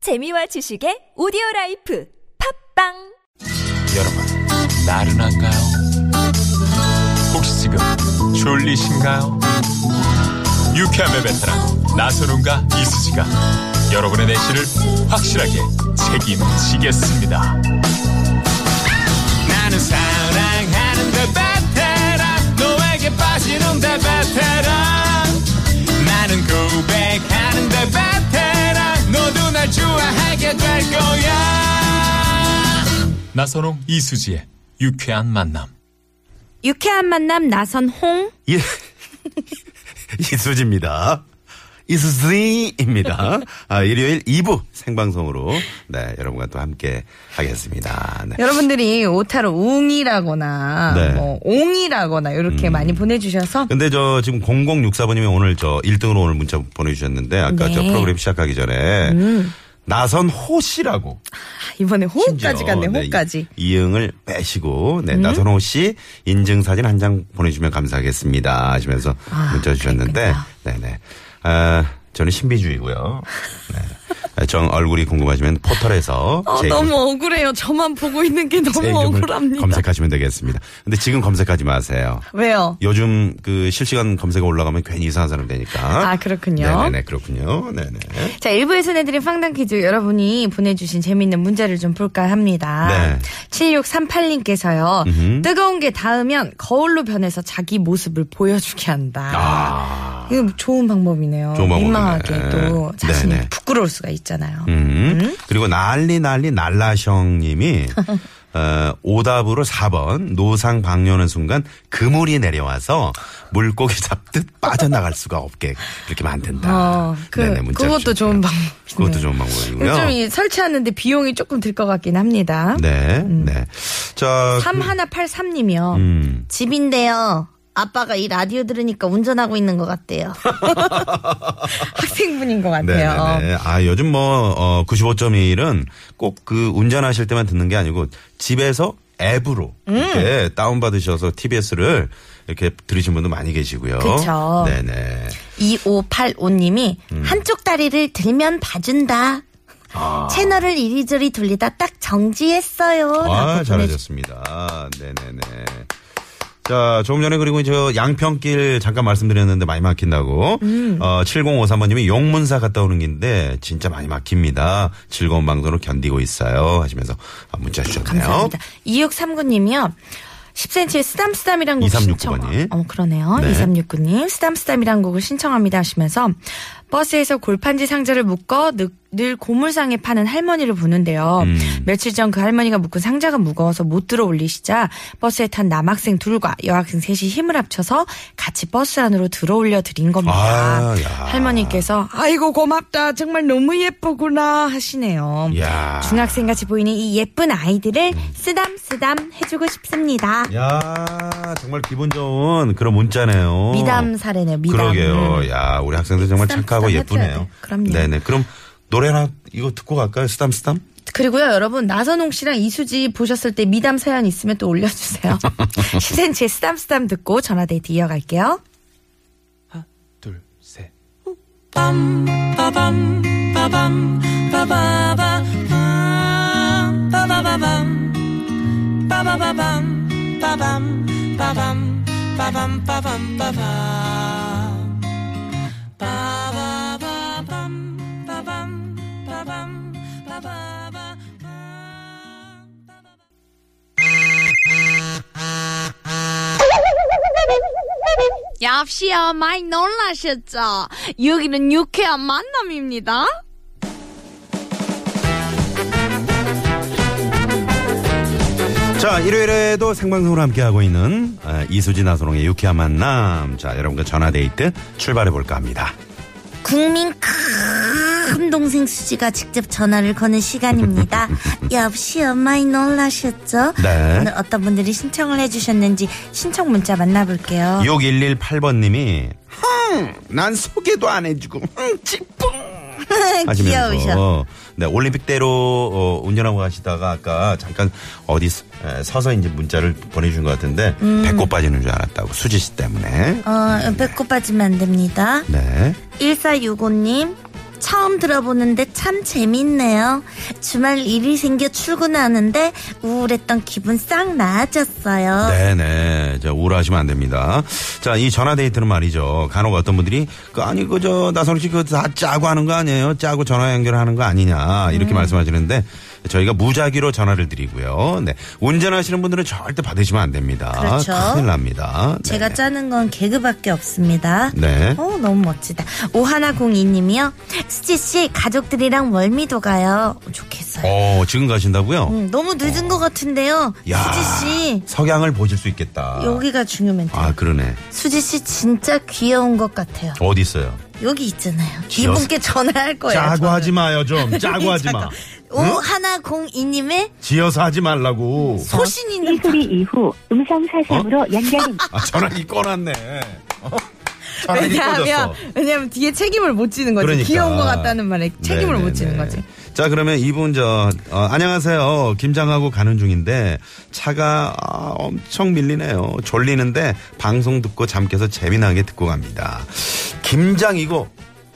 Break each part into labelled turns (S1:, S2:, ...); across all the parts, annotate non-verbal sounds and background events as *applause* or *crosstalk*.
S1: 재미와 지식의 오디오 라이프 팝빵
S2: 여러분, 나른한가요? 혹시 지금 졸리신가요? 유쾌함의 베테랑 나선웅과 이수지가 여러분의 내실을 확실하게 책임지겠습니다. 나는 사랑하는데 베테랑 너에게 빠지는데 베테랑 나는 고백하는데 베테랑 너도 날 좋아하게 될 거야. 나선홍 이수지의 유쾌한 만남.
S3: 유쾌한 만남 나선홍
S4: 예. *laughs* 이수지입니다. 이수지입니다. 아, 일요일 2부 생방송으로 네, 여러분과 또 함께 하겠습니다. 네.
S3: 여러분들이 오타로 웅이라거나
S4: 네. 음.
S3: 뭐 옹이라거나 이렇게 많이 보내주셔서 아,
S4: 근데 저 지금 0064번님이 오늘 저 1등으로 오늘 문자 보내주셨는데 아까
S3: 네.
S4: 저 프로그램 시작하기 전에 나선 호 씨라고
S3: 이번에 호까지
S4: 심지어,
S3: 갔네
S4: 네,
S3: 호까지 음?
S4: 이- 이응을 빼시고 네, 나선호 씨 인증 사진 한 장 보내주면 감사하겠습니다 하시면서
S3: 아,
S4: 문자 주셨는데
S3: 그랬군요.
S4: 네네 아, 저는 신비주의고요. 네. 아, 정 얼굴이 궁금하시면 포털에서
S3: 어,
S4: 제
S3: 너무 억울해요 저만 보고 있는 게
S4: 이름- 제
S3: 너무
S4: 이름을
S3: 억울합니다
S4: 검색하시면 되겠습니다. 근데 지금 검색하지 마세요.
S3: 왜요
S4: 요즘 그 실시간 검색어 올라가면 괜히 이상한 사람 되니까.
S3: 아, 그렇군요.
S4: 네네네 그렇군요. 네네.
S3: 자 1부에서 내드린 황당 퀴즈 여러분이 보내주신 재밌는 문제를 좀 볼까 합니다
S4: 네.
S3: 7638님께서요 뜨거운 게 닿으면 거울로 변해서 자기 모습을 보여주게 한다
S4: 아.
S3: 이거 좋은 방법이네요.
S4: 좋은 방법이네.
S3: 민망하게 또 자신이
S4: 네네.
S3: 부끄러울 수가 있잖아요.
S4: 음. 그리고 난리 난리 날라형
S3: *laughs*
S4: 님이 어, 오답으로 4번 노상 방뇨는 순간 그물이 내려와서 물고기 잡듯 빠져나갈 수가 없게 그렇게 만든다.
S3: 어, 그,
S4: 네네, 문자
S3: 그것도
S4: 주셨어요.
S3: 좋은 방법이네요.
S4: 그것도 좋은 방법이고요.
S3: 요즘 이 설치하는데 비용이 조금 들 것 같긴 합니다.
S4: 네,
S3: 음.
S4: 네. 자,
S3: 3183님이요.
S4: 음.
S3: 집인데요. 아빠가 이 라디오 들으니까 운전하고 있는 것
S4: *laughs*
S3: 같대요. 학생분인 것 같아요.
S4: 네네네. 아, 요즘 뭐, 어, 95.1은 꼭 그 운전하실 때만 듣는 게 아니고 집에서 앱으로
S3: 음.
S4: 이렇게 다운받으셔서 TBS를 이렇게 들으신 분도 많이 계시고요.
S3: 그쵸.
S4: 네네.
S3: 2585님이
S4: 음.
S3: 한쪽 다리를 들면 봐준다. 채널을 이리저리 돌리다 딱 정지했어요.
S4: 아, 잘하셨습니다. 네네네. 자, 조금 전에 그리고 저 양평길 잠깐 말씀드렸는데 많이 막힌다고.
S3: 음.
S4: 어, 7053번님이 용문사 갔다 오는 길인데 진짜 많이 막힙니다. 즐거운 방송으로 견디고 있어요. 하시면서 아, 문자 주셨네요.
S3: 감사합니다. 2639님이요. 10cm의 쓰담쓰담이란 곡
S4: 2369
S3: 신청.
S4: 번이.
S3: 어, 그러네요.
S4: 네.
S3: 2369님. 쓰담쓰담이란 곡을 신청합니다 하시면서 버스에서 골판지 상자를 묶어 늘, 늘 고물상에 파는 할머니를 보는데요. 며칠 전 그 할머니가 묶은 상자가 무거워서 못 들어 올리시자 버스에 탄 남학생 둘과 여학생 셋이 힘을 합쳐서 같이 버스 안으로 들어 올려 드린 겁니다.
S4: 아, 야.
S3: 할머니께서 아이고 고맙다. 정말 너무 예쁘구나 하시네요.
S4: 야.
S3: 중학생 같이 보이는 이 예쁜 아이들을
S4: 음.
S3: 쓰담 쓰담 해주고 싶습니다.
S4: 어. 야, 정말 기분 좋은 그런 문자네요.
S3: 미담 사례네요. 미담. 음.
S4: 그러게요. 야, 우리 학생들 정말
S3: 쓰담쓰담
S4: 착하고
S3: 해줘야
S4: 예쁘네요.
S3: 돼. 그럼요.
S4: 네네. 그럼 노래 하나 이거 듣고 갈까요? 쓰담쓰담?
S3: 그리고요 여러분 나선홍 씨랑 이수지 보셨을 때 미담 사연 있으면 또
S4: *laughs*
S3: 올려주세요. 10cm의 쓰담 쓰담 듣고 전화데이트 이어갈게요.
S2: 둘, 셋.
S5: 밤, 빠밤, 빠밤, 빠바바, 밤, 빠바바밤, 빠바바밤, 빠밤, 빠밤, 빠밤, 빠밤, 빠밤. 빠바바밤, 빠밤, 빠밤, 빠바바, 밤, 빠바바.
S6: 역시요 많이 놀라셨죠? 여기는 유쾌한 만남입니다.
S4: 자, 일요일에도 생방송으로 함께하고 있는 아, 이수지 나선홍의 유쾌한 만남. 자, 여러분과 전화데이트 출발해볼까 합니다.
S7: 국민 큰 동생 수지가 직접 전화를
S4: *laughs*
S7: 거는 시간입니다. 여보시요 많이 놀라셨죠?
S4: 네.
S7: 오늘 어떤 분들이 신청을 해주셨는지 신청 문자 만나볼게요.
S3: 어.
S4: 6118번님이, 흥! 난 소개도 안 해주고, 흥! 찌뿡! *laughs*
S7: 아, *laughs* 귀여우셔.
S4: 하시면서 네 올림픽대로 어, 운전하고 가시다가 아까 잠깐 어디 서- 에, 서서 이제 문자를 보내주신 것 같은데
S7: 음.
S4: 배꼽 빠지는 줄 알았다고 수지 씨 때문에
S7: 어, 배꼽 빠지면 안 됩니다.
S4: 네
S7: 1465님, 처음 들어보는데 참 재밌네요. 주말 일이 생겨 출근하는데 우울했던 기분 싹 나아졌어요.
S4: 네네. 자, 우울하시면 안 됩니다. 자, 이 전화데이트는 말이죠. 간혹 어떤 분들이, 그, 아니, 그, 저, 나선우 씨, 그, 다 짜고 하는 거 아니에요? 짜고 전화 연결하는 거 아니냐. 이렇게
S7: 음.
S4: 말씀하시는데, 저희가 무작위로 전화를 드리고요. 네. 운전하시는 분들은 절대 받으시면 안 됩니다.
S7: 그렇죠.
S4: 큰일 납니다. 네.
S7: 제가 짜는 건 개그밖에 없습니다.
S4: 네.
S7: 어, 너무 멋지다. 오하나공이님이요. 수지씨, 가족들이랑 월미도 가요. 좋겠어요.
S4: 어, 지금 가신다고요?
S7: 음, 너무 늦은 것 같은데요.
S4: 야. 아.
S7: 수지씨,
S4: 석양을 보실 수 있겠다.
S7: 여기가 중요 멘트.
S4: 아, 그러네.
S7: 수지씨, 진짜 귀여운 것 같아요.
S4: 어디 있어요?
S7: 여기 있잖아요.
S4: 귀여워.
S7: 이분께 전화할 거예요.
S4: 짜고
S7: 저는.
S4: 하지 마요,
S7: *laughs*
S4: 좀. 짜고 하지 마.
S7: 오하나공이님의
S4: 지어서 하지 말라고.
S7: 소신 있는
S8: 소리 이후 음성 사상으로 연결이
S4: 아, 전화기 꺼놨네. 어? 전화기
S3: 왜냐하면,
S4: 꺼졌어.
S3: 왜냐하면 뒤에 책임을 못 지는 거지.
S4: 그러니까.
S3: 귀여운 것 같다는 말에 책임을
S4: 네네네.
S3: 못 지는 거지.
S4: 자, 그러면 이분 저 어, 안녕하세요. 김장하고 가는 중인데 차가 아, 엄청 밀리네요. 졸리는데 방송 듣고 잠 깨서 재미나게 듣고 갑니다. 김장이고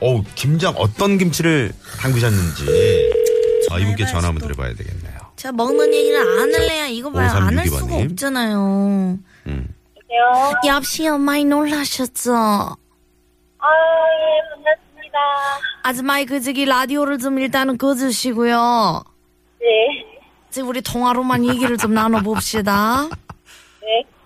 S4: 어우, 김장 어떤 김치를 담그셨는지 아, 이분께 전화 한번 드려봐야 되겠네요.
S7: 제가 먹는 얘기를 안 할래야 이거 봐요. 안 할
S4: 5362
S7: 수가
S4: 번님.
S7: 없잖아요.
S4: 음.
S7: 역시요 많이 놀라셨죠?
S8: 아예 반갑습니다
S7: 아줌마이 그 저기 라디오를 좀 일단은 꺼주시고요.
S8: 네네
S7: 지금 우리 통화로만 얘기를 좀 나눠봅시다.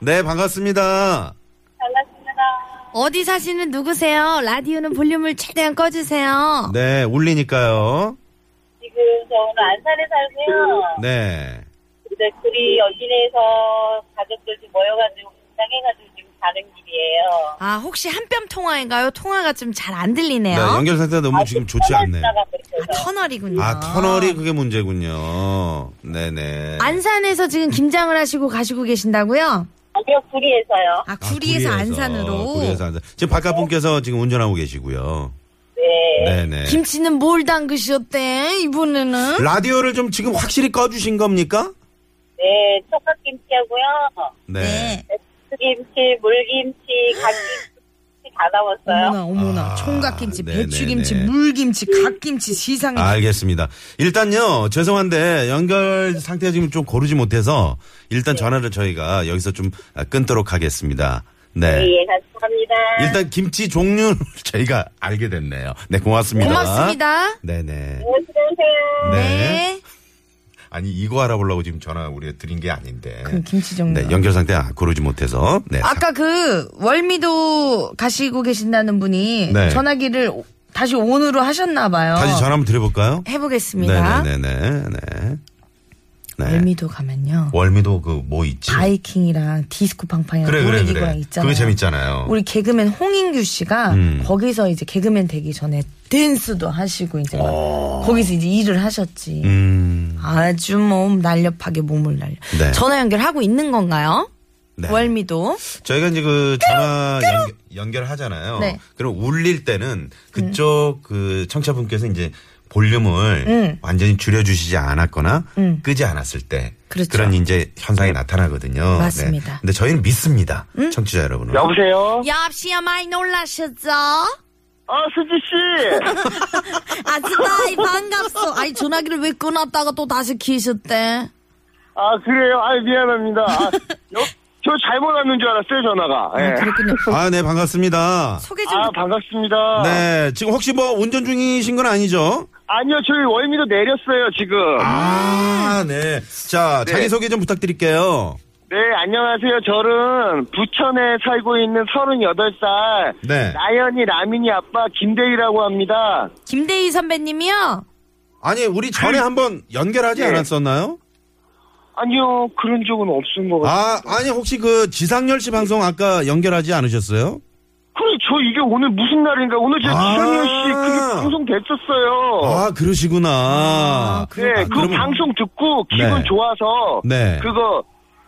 S4: 네, 반갑습니다.
S8: 반갑습니다
S7: 어디 사시는 누구세요? 라디오는 볼륨을 최대한 꺼주세요.
S4: 네, 울리니까요.
S8: 지금 저 오늘 안산에 살고요
S4: 네.
S8: 이제 둘이 어린애에서 가족들 좀 모여가지고 긴장해가지고 지금 가는 길이에요
S7: 아 혹시 한뼘 통화인가요? 통화가 좀 잘 안
S4: 네,
S7: 들리네요.
S4: 연결 상태가
S8: 아,
S4: 너무 지금 좋지 않네요.
S8: 지나가고
S7: 아,
S8: 있어서
S7: 터널이군요.
S4: 아, 터널이 그게 문제군요. 네네.
S7: 안산에서 지금 김장을 하시고 가시고 계신다고요?
S8: 아니요 구리에서요
S7: 아
S4: 아,
S7: 구리에서 안산으로.
S4: 구리에서 안산. 지금 바깥 분께서 지금 운전하고 계시고요.
S8: 네
S4: 네네.
S7: 김치는 뭘 담그셨대 이번에는?
S4: 라디오를 좀 지금 확실히 꺼주신 겁니까?
S8: 네, 촉각김치하고요.
S4: 네.
S8: 김치, 물김치, 갓김치 다
S3: 어머나
S8: 나왔어요.
S3: 어머나
S4: 아,
S3: 총각김치,
S4: 네네네. 아,
S3: 배추김치, 물김치, 갓김치
S7: 네.
S3: 시상에
S4: 알겠습니다. 일단요, 죄송한데, 연결 상태가 지금 좀 고르지 못해서, 일단
S8: 네.
S4: 전화를 저희가 여기서 좀 아, 끊도록 하겠습니다. 네.
S8: 예, 감사합니다.
S4: 일단 김치 종류를 *laughs* 저희가 알게 됐네요. 네, 고맙습니다.
S7: 고맙습니다.
S4: 네네.
S8: 수고하세요.
S4: 네. 아니, 이거 알아보려고 지금 전화 우리가 드린 게 아닌데.
S3: 그 김치 종류.
S4: 네, 연결 상태 아, 고르지 못해서. 네.
S3: 아까 그 월미도 가시고 계신다는 분이
S4: 네.
S3: 전화기를 오- 다시 온으로 하셨나 봐요.
S4: 다시 전화 한번 드려볼까요?
S3: 해보겠습니다.
S4: 네네네네. 네. 네.
S3: 월미도 가면요.
S4: 월미도 그 뭐 있지?
S3: 바이킹이랑 디스코 팡팡이랑
S4: 그래
S3: 노래
S4: 그래
S3: 기구랑
S4: 그래.
S3: 있잖아요.
S4: 그게 재밌잖아요.
S3: 우리 개그맨 홍인규 씨가
S4: 음.
S3: 거기서 이제 개그맨 되기 전에 댄스도 하시고 이제 막 거기서 이제 일을 하셨지.
S4: 음.
S3: 아주 몸 날렵하게 몸을 날려.
S4: 네.
S3: 전화 연결하고 있는 건가요?
S4: 네.
S3: 월미도.
S4: 저희가 이제 그 전화 연결, 하잖아요
S3: 네. 음.
S4: 그럼 울릴 때는 그쪽 그 청취자분께서 이제 볼륨을
S3: 음.
S4: 완전히 줄여주시지 않았거나
S3: 음.
S4: 끄지 않았을 때
S3: 그렇죠.
S4: 런 이제 현상이 나타나거든요.
S3: 맞습니다. 음?
S4: 네. 근데 저희는 믿습니다. 청취자 여러분을.
S9: 여보세요?
S7: 역시야 많이 놀라셨죠?
S9: 어, 수지씨!
S7: 아줌마이 반갑소. 아니 전화기를 왜 끊었다가 또 다시 키셨대?
S9: 아, 그래요? 아, 미안합니다. 아, 여- 저 잘못 왔는 줄 알았어요, 전화가. 예.
S3: 그렇군요.
S4: 아, 네, 반갑습니다.
S3: 소개 좀.
S9: 아, 반갑습니다.
S4: 네, 지금 혹시 뭐 운전 중이신 건 아니죠?
S9: 아니요, 저희 월미도 내렸어요, 지금.
S4: 아,
S3: 음.
S4: 네. 자,
S9: 네.
S4: 자기소개 좀 부탁드릴게요.
S9: 네, 안녕하세요. 저는 부천에 살고 있는 38살.
S4: 네.
S9: 나연이 라민이 아빠 김대희라고 합니다.
S7: 김대희 선배님이요.
S4: 아니, 우리 전에 한번 연결하지
S9: 네.
S4: 않았었나요?
S9: 아니요, 그런 적은 없은 것 같아요.
S4: 아, 아니, 혹시 그 지상열 씨 방송 아까 연결하지 않으셨어요?
S9: 그래, 저 이게 오늘 무슨 날인가? 오늘 제
S4: 아.
S9: 지상현 씨 그게 방송됐었어요.
S4: 아, 그러시구나.
S9: 네, 그
S4: 그러면-
S9: 방송 듣고 기분
S4: 네.
S9: 좋아서
S4: 네.
S9: 그거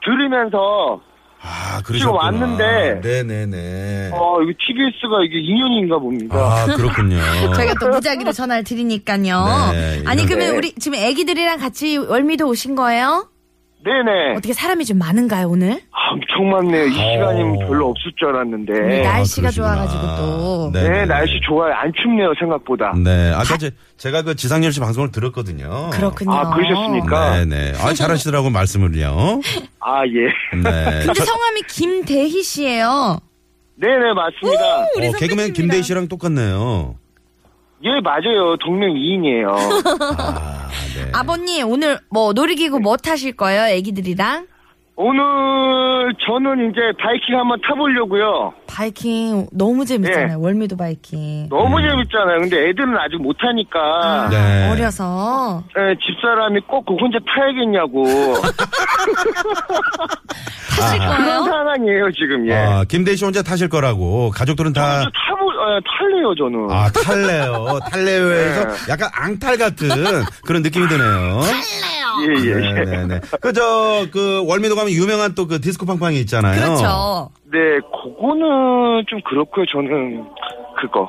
S9: 들으면서
S4: 아, 그러셨구나.
S9: 왔는데.
S4: 네네네.
S9: 어 이거 TBS가 이게 인연인가 봅니다.
S4: 아, 그렇군요.
S3: 저희가 또 무작위로 전화를 드리니까요.
S4: 네,
S7: 아니
S4: 이런-
S7: 그러면
S9: 네.
S7: 우리 지금 애기들이랑 같이 월미도 오신 거예요?
S9: 네네.
S7: 어떻게 사람이 좀 많은가요 오늘?
S9: 아 엄청 많네요. 이
S4: 어.
S9: 시간이면 별로 없을 줄 알았는데.
S3: 오늘
S9: 네,
S3: 날씨가
S4: 아, 그러시구나.
S3: 좋아가지고 또.
S4: 네네네.
S9: 날씨 좋아요. 안 춥네요, 생각보다.
S4: 네, 아까 제, 제가 그 지상렬 씨 방송을 들었거든요.
S3: 그렇군요.
S9: 아, 그러셨습니까?
S4: 네네. 아, 잘하시더라고 말씀을요.
S9: 아, 예.
S4: 네.
S3: *laughs* 근데 성함이 김대희 씨예요.
S9: 네네, 맞습니다.
S4: 어, 개그맨 김대희 씨랑 똑같네요.
S3: 어.
S9: 예, 맞아요. 동명 이인이에요.
S4: 아, 네.
S3: 아버님 오늘 뭐 놀이기구 뭐 타실 거예요? 애기들이랑?
S9: 오늘 저는 이제 바이킹 한번 타보려고요.
S3: 바이킹 너무 재밌잖아요.
S9: 네.
S3: 월미도 바이킹.
S9: 너무
S4: 음.
S9: 재밌잖아요. 근데 애들은 아직 못하니까.
S3: 아,
S4: 네.
S3: 어려서
S9: 예, 집사람이 꼭 그거 혼자 타야겠냐고.
S4: *laughs*
S3: 타실
S9: 그런
S3: 거예요?
S9: 상황이에요, 지금, 예.
S4: 아, 김대희 씨 혼자 타실 거라고 가족들은
S3: 아,
S4: 다
S9: 저 타보, 예, 탈래요, 저는.
S4: 아, 탈레요. 탈레요에서
S9: 네.
S4: 약간 앙탈 같은 그런 느낌이 드네요.
S3: 아,
S9: 예, 예, 예.
S4: 네네네. 그저 그 월미도 가면 유명한 또 그 디스코 팡팡이 있잖아요.
S3: 그렇죠.
S9: 네, 그거는 좀 그렇고요, 저는. 그거.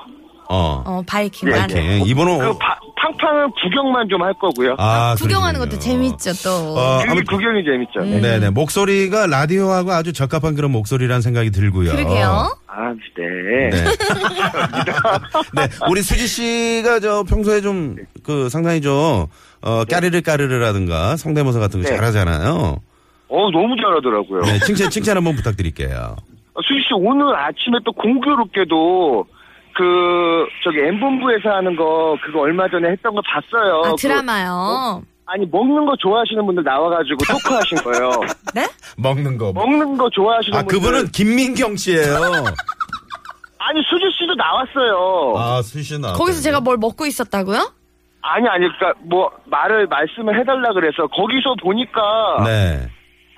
S4: 어.
S3: 어 바이킹만.
S4: 이렇게 이번호
S9: 그 파- 팡팡은 구경만 좀 할 거고요.
S4: 어. 아,
S3: 구경하는
S4: 그러시군요.
S3: 것도 재밌죠 음. 또.
S4: 어,
S9: 그
S4: 아무튼
S9: 구경이 재밌죠. 네.
S4: 네네 목소리가 라디오하고 아주 적합한 그런 목소리라는 생각이 들고요.
S3: 그러게요.
S9: 아, 네. *laughs*
S4: 네. 네, 우리 수지 씨가 저 평소에 좀 그 상당히 좀 어, 까르르 까르르라든가 성대모사 같은 거
S9: 네.
S4: 잘하잖아요.
S9: 어, 너무 잘하더라고요.
S4: 네, 칭찬 칭찬 한번 부탁드릴게요.
S9: 어, 수희 씨, 오늘 아침에 또 공교롭게도 그, 저기, M본부에서 하는 거, 그거 얼마 전에 했던 거 봤어요.
S3: 아
S9: 그-
S3: 드라마요.
S9: 아니, 먹는 거 좋아하시는 분들 나와가지고 토크하신
S3: *laughs*
S9: 거예요.
S4: 먹는 거.
S9: 먹는 거뭐 좋아하시는
S4: 아
S9: 분들.
S4: 그분은 김민경 씨예요.
S9: 아니, 수지 씨도 나왔어요. 네.
S4: 아 수지 나.
S3: 거기서 제가 뭘 먹고 있었다고요?
S9: 아니, 아니, 그니까, 뭐, 말을, 말씀을 해달라 그래서, 거기서 보니까, 그
S4: 네.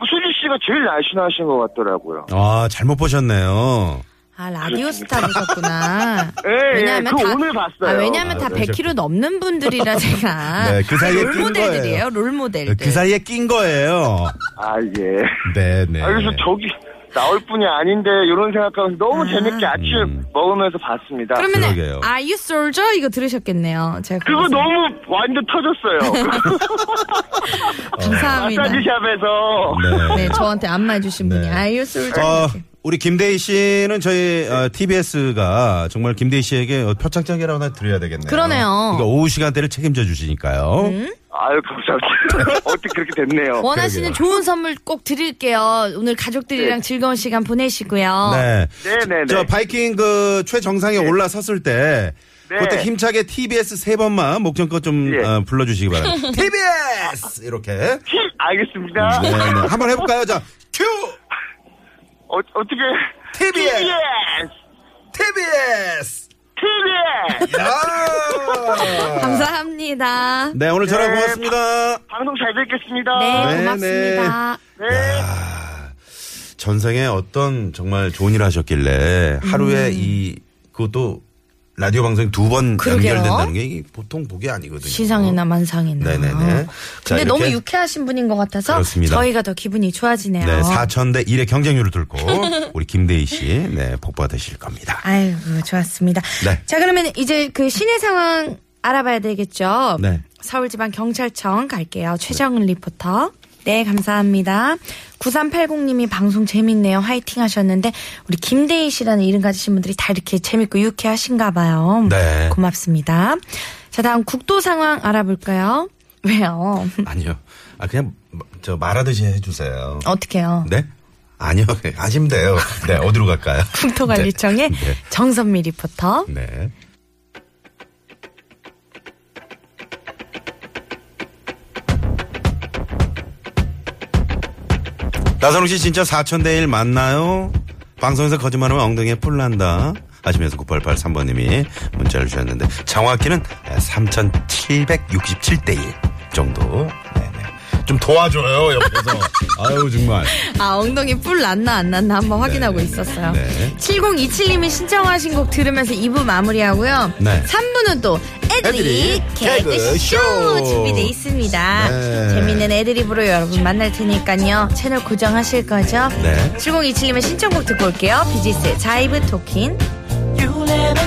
S9: 수지 씨가 제일 날씬하신 것 같더라고요.
S4: 아 잘못 보셨네요.
S3: 아 라디오 스타 보셨구나.
S9: 예, 예,
S3: 왜냐하면
S9: 그거
S3: 다
S9: 오늘 봤어요.
S3: 아, 왜냐하면 다
S4: 아,
S3: 100kg 넘는
S4: *laughs*
S3: 분들이라 제가
S4: 네, 그 사이에 낀 거예요.
S3: 롤모델들이에요. 롤모델들.
S4: 그 사이에 낀 거예요.
S9: 아, 예.
S4: 네네.
S9: 아, 그래서 저기, 나올 분이 아닌데, 이런 생각하면서 너무 재밌게 아침
S4: 음.
S9: 먹으면서 봤습니다.
S3: 그러면
S4: 아, 그러게요.
S3: Are You Soldier 이거 들으셨겠네요. 제가
S9: 그거
S3: 거기서.
S9: 너무 완전 터졌어요.
S3: *laughs*
S4: 어.
S3: 감사합니다.
S9: 마사지샵에서.
S3: 네, 저한테 안마해주신 분이
S4: 네.
S3: Are You Soldier.
S4: 어, 우리 김대희 씨는 저희 어, TBS가 정말 김대희 씨에게 어, 표창장이라고 하나 드려야 되겠네요.
S3: 그러네요.
S4: 그러니까 오후 시간대를 책임져 주시니까요.
S9: 아유, 감사합니다. *laughs* 어떻게 그렇게 됐네요.
S3: 원하시는 좋은 선물 꼭 드릴게요. 오늘 가족들이랑
S9: 네.
S3: 즐거운 시간 보내시고요.
S4: 네.
S9: 네네네.
S4: 저 바이킹 그 최정상에 올라섰을 때
S9: 네.
S4: 그때 힘차게 TBS 세 번만 목전껏 좀
S9: 예.
S4: 어, 불러주시기
S9: *laughs*
S4: 바랍니다. TBS 이렇게.
S9: 히- 알겠습니다.
S4: 네, 네. 한번 해볼까요? 자, 큐
S9: 어, 어떻게.
S4: TBS.
S9: TBS!
S4: TBS.
S9: TBS!
S4: 야.
S3: 감사합니다.
S4: 네, 오늘 전화
S9: 네.
S4: 고맙습니다.
S9: 방송 잘 듣겠습니다.
S3: 네,
S4: 네,
S3: 고맙습니다.
S9: 네.
S4: 전생에 어떤 정말 좋은 일을 하셨길래 하루에 이 그것도 라디오 방송 두 번
S3: 음. 그러게요.
S4: 연결된다는 게 이게 보통 복이 아니거든요.
S3: 시상이나 만상이나.
S4: 어. 네네네. 자,
S3: 근데
S4: 이렇게
S3: 너무 유쾌하신 분인 것 같아서
S4: 그렇습니다.
S3: 저희가 더 기분이 좋아지네요.
S4: 네, 4천 대 1의 경쟁률을 뚫고 *laughs* 우리 김대희 씨 네, 복 받으실 겁니다.
S3: 아이고 좋았습니다.
S4: 네.
S3: 자 그러면 이제 그 시내 상황 알아봐야 되겠죠.
S4: 네.
S3: 서울지방경찰청 갈게요. 최정은 리포터. 네, 감사합니다. 9380님이 방송 재밌네요. 화이팅 하셨는데, 우리 김대희 씨라는 이름 가지신 분들이 다 이렇게 재밌고 유쾌하신가 봐요.
S4: 네.
S3: 고맙습니다. 자, 다음 국도 상황 알아볼까요? 왜요?
S4: 아니요. 아 그냥 저 말하듯이 해 주세요.
S3: *laughs* 어떻게요?
S4: 네? 아니요. 하시면 돼요. 네, 어디로 갈까요?
S3: 국토관리청의
S4: 네. 네.
S3: 정선미 리포터.
S4: 네. 나선홍 씨 진짜 4천대1 맞나요? 방송에서 거짓말하면 엉덩이에 뿔 난다. 하시면서 9883번님이 문자를 주셨는데 정확히는 3767대1 정도. 네네. 좀 도와줘요 *laughs* 옆에서. 아유 정말.
S3: 아, 엉덩이 뿔 났나 안 났나 한번 확인하고 있었어요.
S4: 네.
S3: 7027님이 신청하신 곡 들으면서 2부 마무리하고요.
S4: 네.
S3: 3부는 또 애드립
S4: 애드립
S3: 개그쇼
S4: 개그쇼.
S3: 준비돼 있습니다.
S4: 네.
S3: 재밌는 애드립으로 여러분 만날 테니까요. 채널 고정하실 거죠?
S4: 네.
S3: 7027님의 신청곡 듣고 올게요. 비지스의 자이브 토킨.
S5: You never